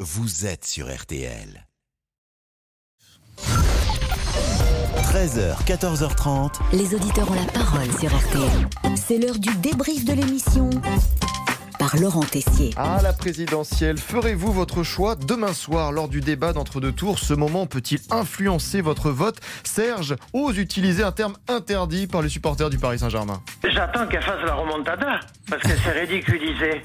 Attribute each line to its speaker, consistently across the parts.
Speaker 1: vous êtes sur RTL. 13h, 14h30.
Speaker 2: Les auditeurs ont la parole sur RTL. C'est l'heure du débrief de l'émission par Laurent Tessier.
Speaker 3: À la présidentielle, ferez-vous votre choix demain soir lors du débat d'entre deux tours Ce moment peut-il influencer votre vote Serge ose utiliser un terme interdit par les supporters du Paris Saint-Germain.
Speaker 4: J'attends qu'elle fasse la remontada, parce qu'elle s'est ridiculisée.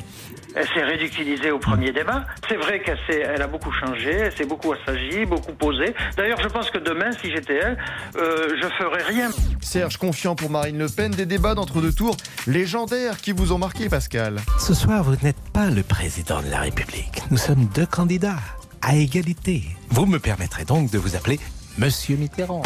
Speaker 4: Elle s'est ridiculisée au premier débat. C'est vrai qu'elle s'est- elle a beaucoup changé, elle s'est beaucoup assagie, beaucoup posée. D'ailleurs, je pense que demain, si j'étais elle, euh, je ferais rien.
Speaker 3: Serge confiant pour Marine Le Pen des débats d'entre deux tours légendaires qui vous ont marqué, Pascal.
Speaker 5: Ce soir, vous n'êtes pas le président de la République. Nous sommes deux candidats à égalité. Vous me permettrez donc de vous appeler Monsieur Mitterrand.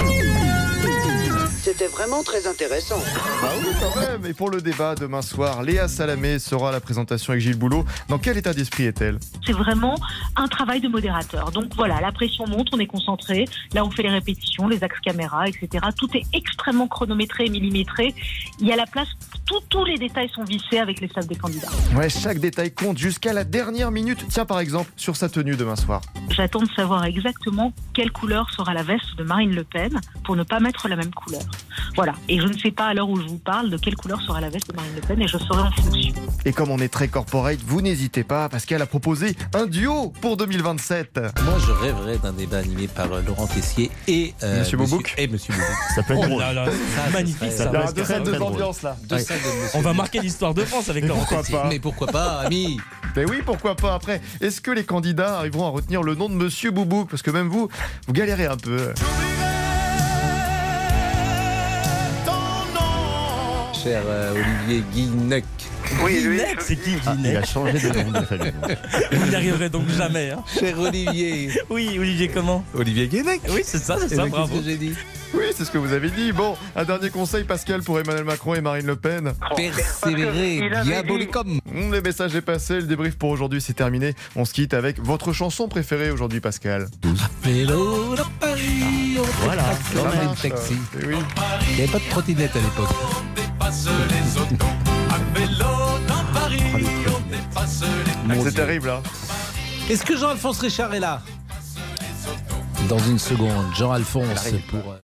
Speaker 6: C'était vraiment très intéressant.
Speaker 3: Ah Quand même, et pour le débat demain soir, Léa Salamé sera à la présentation avec Gilles Boulot. Dans quel état d'esprit est-elle
Speaker 7: C'est vraiment un travail de modérateur. Donc voilà, la pression monte, on est concentré. Là, on fait les répétitions, les axes caméra, etc. Tout est extrêmement chronométré et millimétré. Il y a la place, tout- tous les détails sont vissés avec les staffs des candidats.
Speaker 3: Ouais, chaque détail compte jusqu'à la dernière minute. Tiens, par exemple, sur sa tenue demain soir.
Speaker 7: J'attends de savoir exactement quelle couleur sera la veste de Marine Le Pen pour ne pas mettre la même couleur. Voilà. Et je ne sais pas à l'heure où je vous parle de quelle couleur sera la veste de Marine Le Pen et je serai en fonction.
Speaker 3: Et comme on est très corporate, vous n'hésitez pas, Pascal a proposé un duo pour 2027.
Speaker 5: Moi, je rêverais d'un débat animé par euh, Laurent Tessier et euh,
Speaker 3: Monsieur Boubouk.
Speaker 5: Et Monsieur Boubouk.
Speaker 8: Ça peut être drôle.
Speaker 9: Là, là,
Speaker 5: Ça, ce
Speaker 9: magnifique, ça.
Speaker 5: serait-
Speaker 3: Il y
Speaker 5: ça.
Speaker 3: aura
Speaker 8: ça
Speaker 3: deux
Speaker 8: va
Speaker 3: scènes, deux
Speaker 8: être drôle.
Speaker 3: ambiances là.
Speaker 5: Deux salles de Monsieur
Speaker 9: On va
Speaker 5: Boubouk.
Speaker 9: marquer l'histoire de France avec Laurent Tessier.
Speaker 3: pas
Speaker 5: Mais pourquoi pas, ami
Speaker 3: Mais oui, pourquoi pas après Est-ce que les candidats arriveront à retenir le nom de Monsieur Boubouk Parce que même vous, vous galérez un peu.
Speaker 5: Cher euh, Olivier Guinec.
Speaker 4: Oui, lui,
Speaker 9: Guinec, c'est qui
Speaker 8: Il
Speaker 9: Guinec
Speaker 8: a changé de nom de famille.
Speaker 9: Vous n'y arriverez donc jamais. hein.
Speaker 5: Cher Olivier.
Speaker 9: Oui, Olivier, comment
Speaker 5: Olivier Guinec
Speaker 9: Oui, c'est ça, c'est
Speaker 5: C'est
Speaker 9: ça,
Speaker 5: ce
Speaker 9: bravo.
Speaker 5: que j'ai dit.
Speaker 3: Oui, c'est ce que vous avez dit. Bon, un dernier conseil, Pascal, pour Emmanuel Macron et Marine Le Pen.
Speaker 5: Persévérer,
Speaker 4: il avait dit-
Speaker 5: diabolicum.
Speaker 3: Hum, Les messages est passé, le débrief pour aujourd'hui c'est terminé. On se quitte avec votre chanson préférée aujourd'hui, Pascal.
Speaker 5: Vélo de Paris, on
Speaker 8: Voilà,
Speaker 5: fait
Speaker 3: Ça
Speaker 5: comme un
Speaker 3: marche,
Speaker 5: taxi.
Speaker 3: euh, eh oui.
Speaker 5: Il n'y avait pas de trottinette à l'époque.
Speaker 3: Ah, C'est terrible, hein.
Speaker 5: Est-ce que Jean-Alphonse Richard est là Dans une seconde, Jean-Alphonse pour. euh,